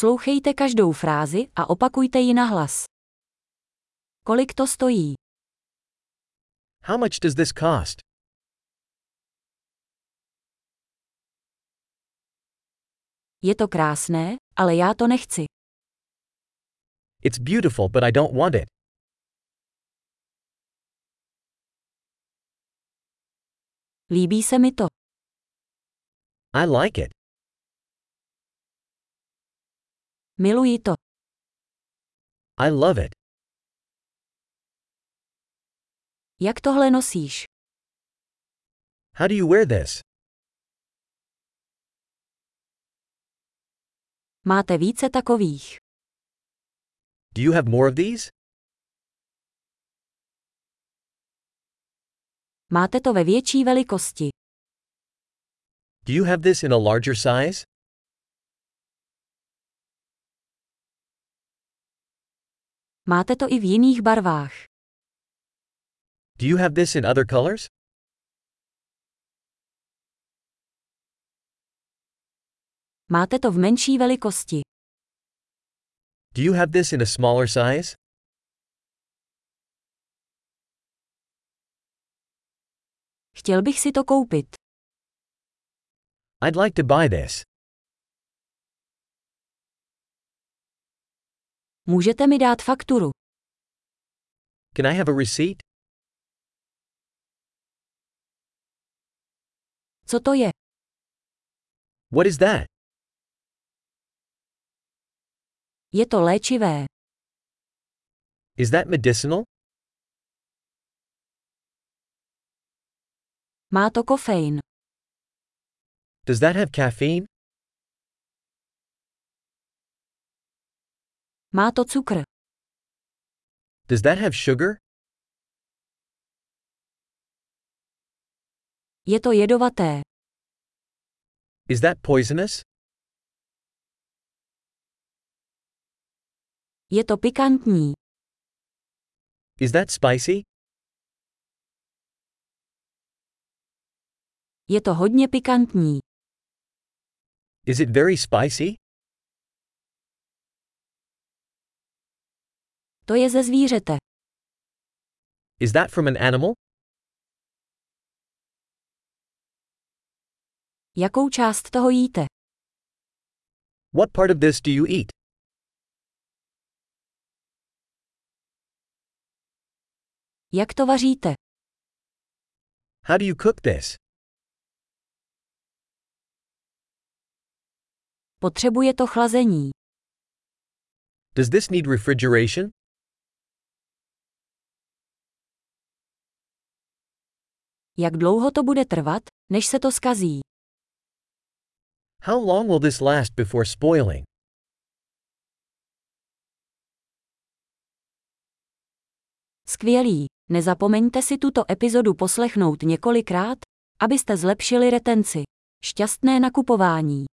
Poslouchejte každou frázi a opakujte ji na hlas. Kolik to stojí? How much does this cost? Je to krásné, ale já to nechci. It's beautiful, but I don't want it. Líbí se mi to. I like it. Miluji to. I love it. Jak tohle nosíš? How do you wear this? Máte více takových. Do you have more of these? Máte to ve větší velikosti. Do you have this in a larger size? Máte to i v jiných barvách. Do you have this in other colors? Máte to v menší velikosti. Do you have this in a smaller size? Chtěl bych si to koupit. I'd like to buy this. Můžete mi dát fakturu. Can I have a receipt? Co to je? What is that? Je to léčivé. Is that medicinal? Má to kofein. Does that have caffeine? Má to cukr. Does that have sugar? Je to jedovaté. Is that poisonous? Je to pikantní. Is that spicy? Je to hodně pikantní. Is it very spicy? To je ze zvířete. Is that from an animal? Jakou část toho jíte? What part of this do you eat? Jak to vaříte? How do you cook this? Potřebuje to chlazení. Does this need refrigeration? Jak dlouho to bude trvat, než se to skazí? How long will this last before spoiling? Skvělý. Nezapomeňte si tuto epizodu poslechnout několikrát, abyste zlepšili retenci. Šťastné nakupování.